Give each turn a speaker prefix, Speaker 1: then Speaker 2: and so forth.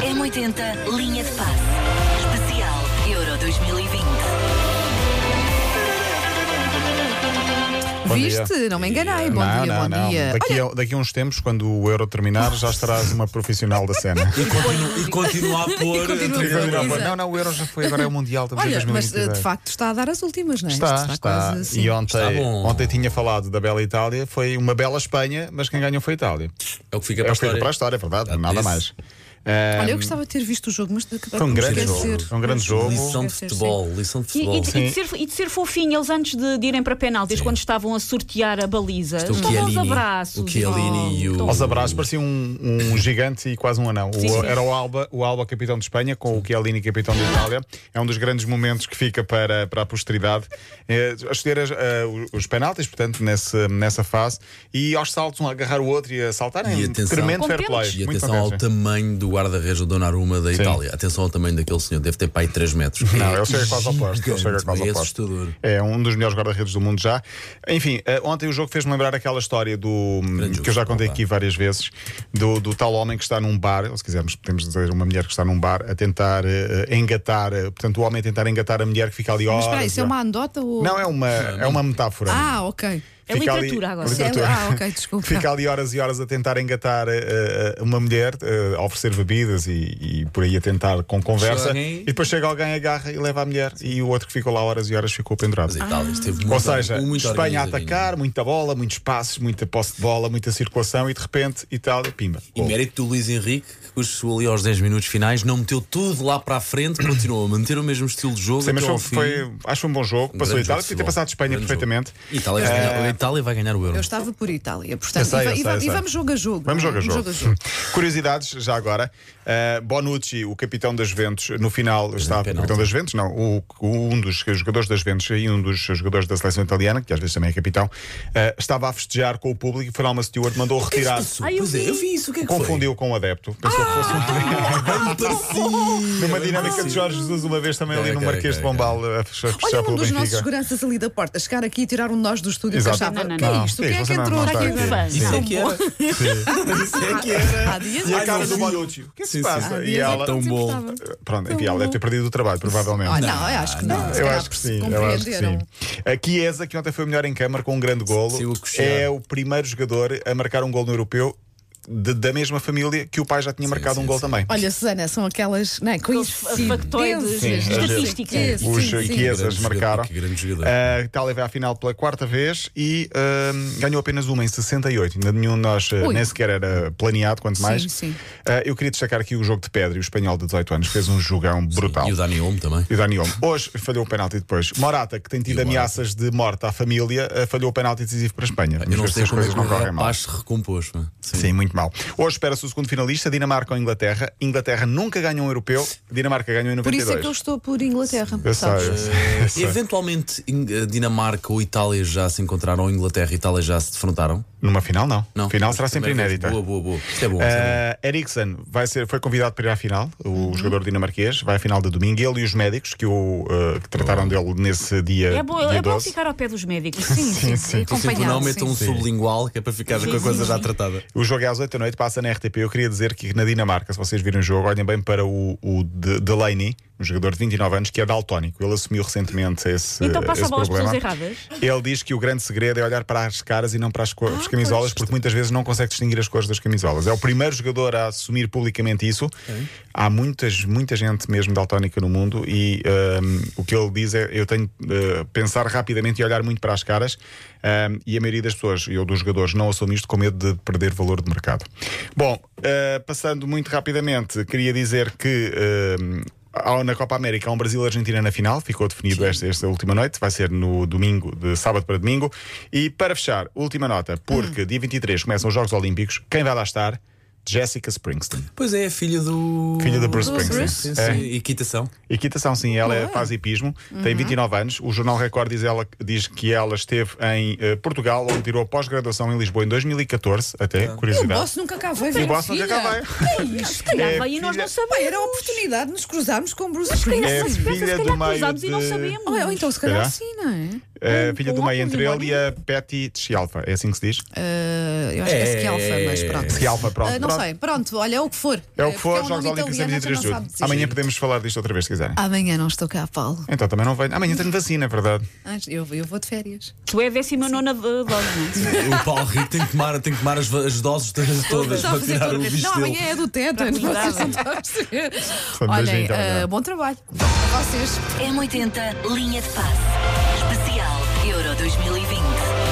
Speaker 1: M80, linha de passe. Especial Euro 2020.
Speaker 2: Bom dia.
Speaker 3: Viste? Não me enganei. Bom
Speaker 2: não,
Speaker 3: dia,
Speaker 2: não,
Speaker 3: bom
Speaker 2: não.
Speaker 3: dia.
Speaker 2: Daqui, a, daqui a uns tempos, quando o euro terminar, já estarás uma profissional da cena.
Speaker 4: E, continu, e continua a
Speaker 3: continua
Speaker 4: pôr.
Speaker 3: a pôr. Exato.
Speaker 2: não, não, o euro já foi, agora é o Mundial também
Speaker 3: Olha, mas eh,
Speaker 2: 2022.
Speaker 3: de facto está a dar as últimas, não é?
Speaker 2: Está,
Speaker 3: Isto
Speaker 2: está.
Speaker 3: quase assim.
Speaker 2: E ontem,
Speaker 4: Está bom.
Speaker 2: ontem tinha falado da bela Itália, foi uma bela Espanha, mas quem ganhou foi a Itália.
Speaker 4: É o que fica
Speaker 2: É
Speaker 4: para a
Speaker 2: o que fica
Speaker 4: história.
Speaker 2: para a história, é verdade,
Speaker 4: Ah,
Speaker 2: nada
Speaker 4: desse.
Speaker 2: mais.
Speaker 3: Olha, eu gostava de ter visto o jogo, mas acabei
Speaker 2: Foi um
Speaker 3: por
Speaker 2: grande
Speaker 3: esquecer.
Speaker 2: jogo, foi um grande
Speaker 3: Mas-
Speaker 2: jogo.
Speaker 4: Lição de
Speaker 3: Esquecer,
Speaker 4: futebol, lição de
Speaker 5: E,
Speaker 4: futebol.
Speaker 5: e de- e de ser, e de ser fofinho, eles antes de, de irem para penaltis, quando estavam a sortear a baliza,
Speaker 4: O
Speaker 5: estavam aos
Speaker 4: Chiellini,
Speaker 5: abraços. oh, então,
Speaker 4: o Chiellini e o.
Speaker 2: Aos abraços, parecia um, um gigante e quase um anão. O-
Speaker 5: Sim, sim.
Speaker 2: Era o Alba, o Alba capitão de Espanha, com o Chiellini capitão de Itália. É um dos grandes momentos que fica para, para a posteridade. Eh, a escolher as- eh, os penaltis, portanto, nesse, nessa fase. E aos saltos, um a agarrar o outro e a saltar.
Speaker 4: E
Speaker 2: É um
Speaker 4: atenção.
Speaker 2: tremendo
Speaker 5: Com
Speaker 2: fair play.
Speaker 5: pênaltis.
Speaker 4: E
Speaker 2: Muito
Speaker 4: atenção
Speaker 2: bom,
Speaker 4: ao
Speaker 2: sim.
Speaker 4: tamanho do guarda-redes do Donnarumma da
Speaker 2: Sim.
Speaker 4: Itália. Atenção ao tamanho daquele senhor. Deve ter pai 3 metros.
Speaker 2: Não, ele chega quase ao poste. Ele chega
Speaker 4: gigante,
Speaker 2: quase
Speaker 4: é
Speaker 2: ao poste.
Speaker 4: assustador.
Speaker 2: É um dos melhores guarda-redes do mundo já. Enfim, eh, ontem o jogo fez-me lembrar aquela história do que eu já
Speaker 4: jogo,
Speaker 2: contei
Speaker 4: pá.
Speaker 2: aqui várias vezes, do, do tal homem que está num bar, ou se quisermos, podemos dizer uma mulher que está num bar a tentar eh, eh, engatar, eh, portanto, o homem a tentar engatar a mulher que fica ali
Speaker 3: Mas
Speaker 2: horas.
Speaker 3: espera aí, isso é uma andota ou.
Speaker 2: Não, é uma, é uma metáfora.
Speaker 3: Ah, ok.
Speaker 5: É literatura agora.
Speaker 2: literatura.
Speaker 3: Ah, ok, desculpa.
Speaker 2: Fica ali horas e horas a tentar engatar eh, eh, uma mulher, eh, a oferecer bebidas e, e por aí a tentar com conversa.
Speaker 4: alguém-
Speaker 2: E depois chega alguém, agarra e leva a mulher. E o outro que ficou lá horas e horas ficou pendurado.
Speaker 4: Mas a Itália esteve muito,
Speaker 2: Ah. Ou seja,
Speaker 4: muito
Speaker 2: Espanha a
Speaker 4: organizadinho.
Speaker 2: atacar, muita bola, muitos passos, muita posse de bola, muita circulação e de repente Itália, pimba.
Speaker 4: E
Speaker 2: gol.
Speaker 4: mérito do Luís Henrique, que puxou ali aos 10 minutos finais, não meteu tudo lá para a frente, continuou a manter o mesmo estilo de jogo.
Speaker 2: Sim, mas
Speaker 4: até ao
Speaker 2: foi,
Speaker 4: fim.
Speaker 2: foi- acho que foi um bom jogo.
Speaker 4: Um
Speaker 2: Passou a
Speaker 4: grande jogo
Speaker 2: Itália, podia
Speaker 4: de
Speaker 2: ter
Speaker 4: futebol.
Speaker 2: passado a Espanha
Speaker 4: Grande
Speaker 2: perfeitamente.
Speaker 4: jogo. Itália vai
Speaker 2: Eh,
Speaker 4: ganhar- A Itália vai ganhar o
Speaker 3: Eu
Speaker 4: Euro.
Speaker 3: estava por Itália, portanto.
Speaker 2: Eu sei,
Speaker 3: e, va-
Speaker 2: eu
Speaker 3: e
Speaker 2: sei,
Speaker 3: va-
Speaker 2: eu
Speaker 3: e
Speaker 2: sei.
Speaker 3: vamos jogo a jogo. é?
Speaker 2: Vamos jogar jogo.
Speaker 3: Vamos a jogo.
Speaker 2: Curiosidades, já agora. Uh, Bonucci, o capitão das Juventus, no final estava.
Speaker 4: penalti.
Speaker 2: O capitão das Juventus, não. O, o- um dos jogadores das Juventus e um dos jogadores da seleção italiana, que às vezes também é capitão, uh, estava a festejar com o público e foi lá uma Stewart, mandou retirar.
Speaker 5: Ai, eu
Speaker 4: pois é,
Speaker 5: vi.
Speaker 4: eu vi isso. O que Ah! é que
Speaker 2: Confundiu com o adepto. Pensou que fosse um
Speaker 4: foi? Bem parecido.
Speaker 2: Numa dinâmica de Jorge Jesus, uma vez também ali
Speaker 4: Ok,
Speaker 2: no
Speaker 4: ok,
Speaker 2: Marquês de
Speaker 4: ok.
Speaker 2: Pombal, eh, a fechar
Speaker 3: Olha
Speaker 2: é pelo
Speaker 3: um dos nossos
Speaker 2: Benfica.
Speaker 3: seguranças ali da porta chegar aqui e tirar um de nós do estúdio
Speaker 2: Exato.
Speaker 3: que achava.
Speaker 5: Não, não,
Speaker 3: que é
Speaker 2: não.
Speaker 3: isto?
Speaker 2: Sim,
Speaker 3: Quem é
Speaker 2: você
Speaker 3: que
Speaker 2: não-
Speaker 3: entrou
Speaker 2: não
Speaker 3: aqui
Speaker 2: está aqui.
Speaker 3: agora?
Speaker 5: Sim.
Speaker 4: Isso é
Speaker 3: Não,
Speaker 4: que era. Isso é que era.
Speaker 3: Há dias
Speaker 2: E
Speaker 3: eu
Speaker 2: a cara
Speaker 3: não-
Speaker 2: do Bonucci. O que é que se
Speaker 4: Sim,
Speaker 2: passa?
Speaker 4: sim.
Speaker 3: Há
Speaker 2: E
Speaker 3: dias eu
Speaker 2: ela.
Speaker 3: não
Speaker 4: tão
Speaker 3: se
Speaker 4: bom.
Speaker 3: importava.
Speaker 2: Eh, Pronto, enfim, ela deve ter perdido o trabalho, provavelmente.
Speaker 3: Ah, não, eu acho que não. Se
Speaker 2: Eu
Speaker 3: calhar
Speaker 2: acho que
Speaker 3: se
Speaker 2: sim, eu acho que sim.
Speaker 3: compreenderam.
Speaker 2: A Chiesa, que ontem foi o melhor em câmara com um grande golo,
Speaker 4: Sim, o coxear.
Speaker 2: é o primeiro jogador a marcar um golo no europeu de- da mesma família que o pai já tinha marcado
Speaker 4: sim,
Speaker 2: um gol
Speaker 4: sim.
Speaker 2: também.
Speaker 3: Olha, Susana, são aquelas não é,
Speaker 5: factoides,
Speaker 3: coincidências.
Speaker 5: Sim, estatísticas.
Speaker 3: Sim, sim,
Speaker 2: Os
Speaker 3: sim.
Speaker 2: Chiesas
Speaker 4: grande
Speaker 2: marcaram. Ah,
Speaker 4: jogador, que grande jogador.
Speaker 2: A Itália vai à final pela quarta vez e ahm, ganhou apenas uma em 68. Ainda nenhum de nós ah,
Speaker 3: Ui.
Speaker 2: nem sequer era planeado, quanto mais.
Speaker 3: sim.
Speaker 2: Ah, eu queria destacar aqui o jogo de Pedro, o espanhol de 18 anos, fez um jogão brutal.
Speaker 4: E o Dani Olmo também.
Speaker 2: E Dani Olmo. Hoje falhou o penalti depois. Morata, que tem tido
Speaker 4: E o
Speaker 2: ameaças de morte à família, eh, falhou o penalti decisivo para a Espanha.
Speaker 4: Eu não
Speaker 2: ver
Speaker 4: sei
Speaker 2: se as
Speaker 4: como é
Speaker 2: coisas
Speaker 4: que
Speaker 2: não
Speaker 4: o
Speaker 2: correm mal.
Speaker 4: rapaz se recompôs. mano.
Speaker 2: Sim, muito mal. Hoje espera-se o segundo finalista, Dinamarca ou Inglaterra. Inglaterra nunca ganhou um europeu, Dinamarca ganhou em
Speaker 3: Por isso
Speaker 2: 92.
Speaker 3: é que eu estou por Inglaterra.
Speaker 2: Eu sei,
Speaker 3: sabes? eh,
Speaker 2: eu sei, eu sei.
Speaker 4: Eh, Eventualmente, In- eh, Dinamarca ou Itália já se encontraram, ou Inglaterra e Itália já se defrontaram?
Speaker 2: Numa final, não.
Speaker 4: Não.
Speaker 2: Final será
Speaker 4: Mas
Speaker 2: sempre
Speaker 4: também é
Speaker 2: inédita.
Speaker 4: Boa, boa, boa. Isto é bom. isto é bom.
Speaker 2: Uh, Eriksen vai ser, foi convidado para ir à final, o
Speaker 3: Uhum.
Speaker 2: jogador dinamarquês, vai à final de domingo. Ele e os médicos que, o, eh, que trataram dele nesse dia.
Speaker 5: É bom,
Speaker 2: dia
Speaker 5: é bom
Speaker 2: 12.
Speaker 5: ficar ao pé dos médicos. Sim,
Speaker 2: sim, sim.
Speaker 3: Então,
Speaker 4: Sempre
Speaker 3: acompanhado,
Speaker 4: não metam um
Speaker 3: sim.
Speaker 4: sublingual que é para ficar com a coisa já tratada.
Speaker 2: O jogo é às 8 da noite, passa na RTP. Eu queria dizer que na Dinamarca, se vocês virem o jogo, olhem bem para o, o De- Delaney, um jogador de 29 anos, que é daltónico. Ele assumiu recentemente esse,
Speaker 5: Então passa
Speaker 2: esse
Speaker 5: a bola às
Speaker 2: problema.
Speaker 5: pessoas erradas?
Speaker 2: Ele diz que o grande segredo é olhar para as caras e não para as, co- as camisolas, porque muitas vezes não consegue distinguir as cores das camisolas. É o primeiro jogador a assumir publicamente isso. Há muitas, muita gente mesmo daltónica no mundo e hum, o que ele diz é eu tenho de pensar rapidamente e olhar muito para as caras hum, e a maioria das pessoas, eu dos jogadores, não assume isto com medo de perder valor de mercado. Bom, eh, passando muito rapidamente, queria dizer que hum, Há- Na Copa América há um Brasil-Argentina na final, ficou definido esta, esta última noite, vai ser no domingo, de sábado para domingo. E para fechar, última nota, porque dia 23 começam os Jogos Olímpicos, quem vai lá estar? Jessica Springsteen.
Speaker 4: Pois é, é filha do.
Speaker 2: Filha do Bruce
Speaker 3: Do
Speaker 2: Springsteen.
Speaker 3: Bruce.
Speaker 4: Sim, sim.
Speaker 2: É.
Speaker 4: Equitação.
Speaker 2: Equitação, sim, ela é- faz hipismo, tem 29 anos. O Jornal Record diz, ela, diz que ela esteve em eh, Portugal, onde tirou a pós-graduação em Lisboa em 2014, até,
Speaker 3: O
Speaker 2: curiosidade.
Speaker 3: boss nunca cá veio.
Speaker 2: E o boss nunca cá
Speaker 3: veio.
Speaker 5: Se calhar
Speaker 2: É,
Speaker 5: vai e nós
Speaker 2: filha-
Speaker 5: não sabemos.
Speaker 3: Era a oportunidade de nos cruzarmos com Bruce
Speaker 5: Se
Speaker 3: Springsteen.
Speaker 5: calhar
Speaker 2: É
Speaker 5: se pensa,
Speaker 2: filha
Speaker 5: se
Speaker 2: do
Speaker 5: calhar
Speaker 2: meio
Speaker 5: cruzámos e não
Speaker 2: de-
Speaker 5: sabemos.
Speaker 3: Oh, Ou, ou então, se calhar
Speaker 2: Será?
Speaker 3: sim, não é?
Speaker 2: a
Speaker 5: Um,
Speaker 2: Eh, filha do
Speaker 5: com
Speaker 2: meio
Speaker 5: óculos
Speaker 2: entre
Speaker 5: e
Speaker 2: ele e a Patty Tchialfa. É Eh, assim que se diz?
Speaker 3: Ah, eu acho que é Schialfa, mas pronto.
Speaker 2: Schialfa, pronto,
Speaker 3: Ah, não
Speaker 2: pronto.
Speaker 3: sei, pronto, olha, é o que for.
Speaker 2: É o
Speaker 3: porque
Speaker 2: que for,
Speaker 3: um
Speaker 2: Jogos
Speaker 3: nome
Speaker 2: Olímpicos a
Speaker 3: italiano,
Speaker 2: 23 de
Speaker 3: já não
Speaker 2: julho.
Speaker 3: sabe dizer. Ah.
Speaker 2: Amanhã podemos falar disto outra vez, se quiserem.
Speaker 3: Amanhã não estou cá, Paulo.
Speaker 2: Então também não venho. Amanhã tenho vacina, é verdade.
Speaker 3: Ah, Eu, eu vou de férias.
Speaker 5: Tu é a 19 dose, não é?
Speaker 4: O Paulo Rico tem que tomar, tem que tomar as, as doses todas, todas
Speaker 3: Só
Speaker 4: para
Speaker 3: fazer
Speaker 4: tirar
Speaker 3: tudo.
Speaker 4: o bicho
Speaker 3: Não,
Speaker 4: dele.
Speaker 3: amanhã é do tétano.
Speaker 5: Para cuidar.
Speaker 3: Vocês não estão a perceber.
Speaker 2: um beijinho,
Speaker 3: Olhem,
Speaker 4: então,
Speaker 2: até amanhã.
Speaker 3: ah, bom trabalho. Para vocês.
Speaker 1: M80 Linha de Passe. Especial Euro 2020.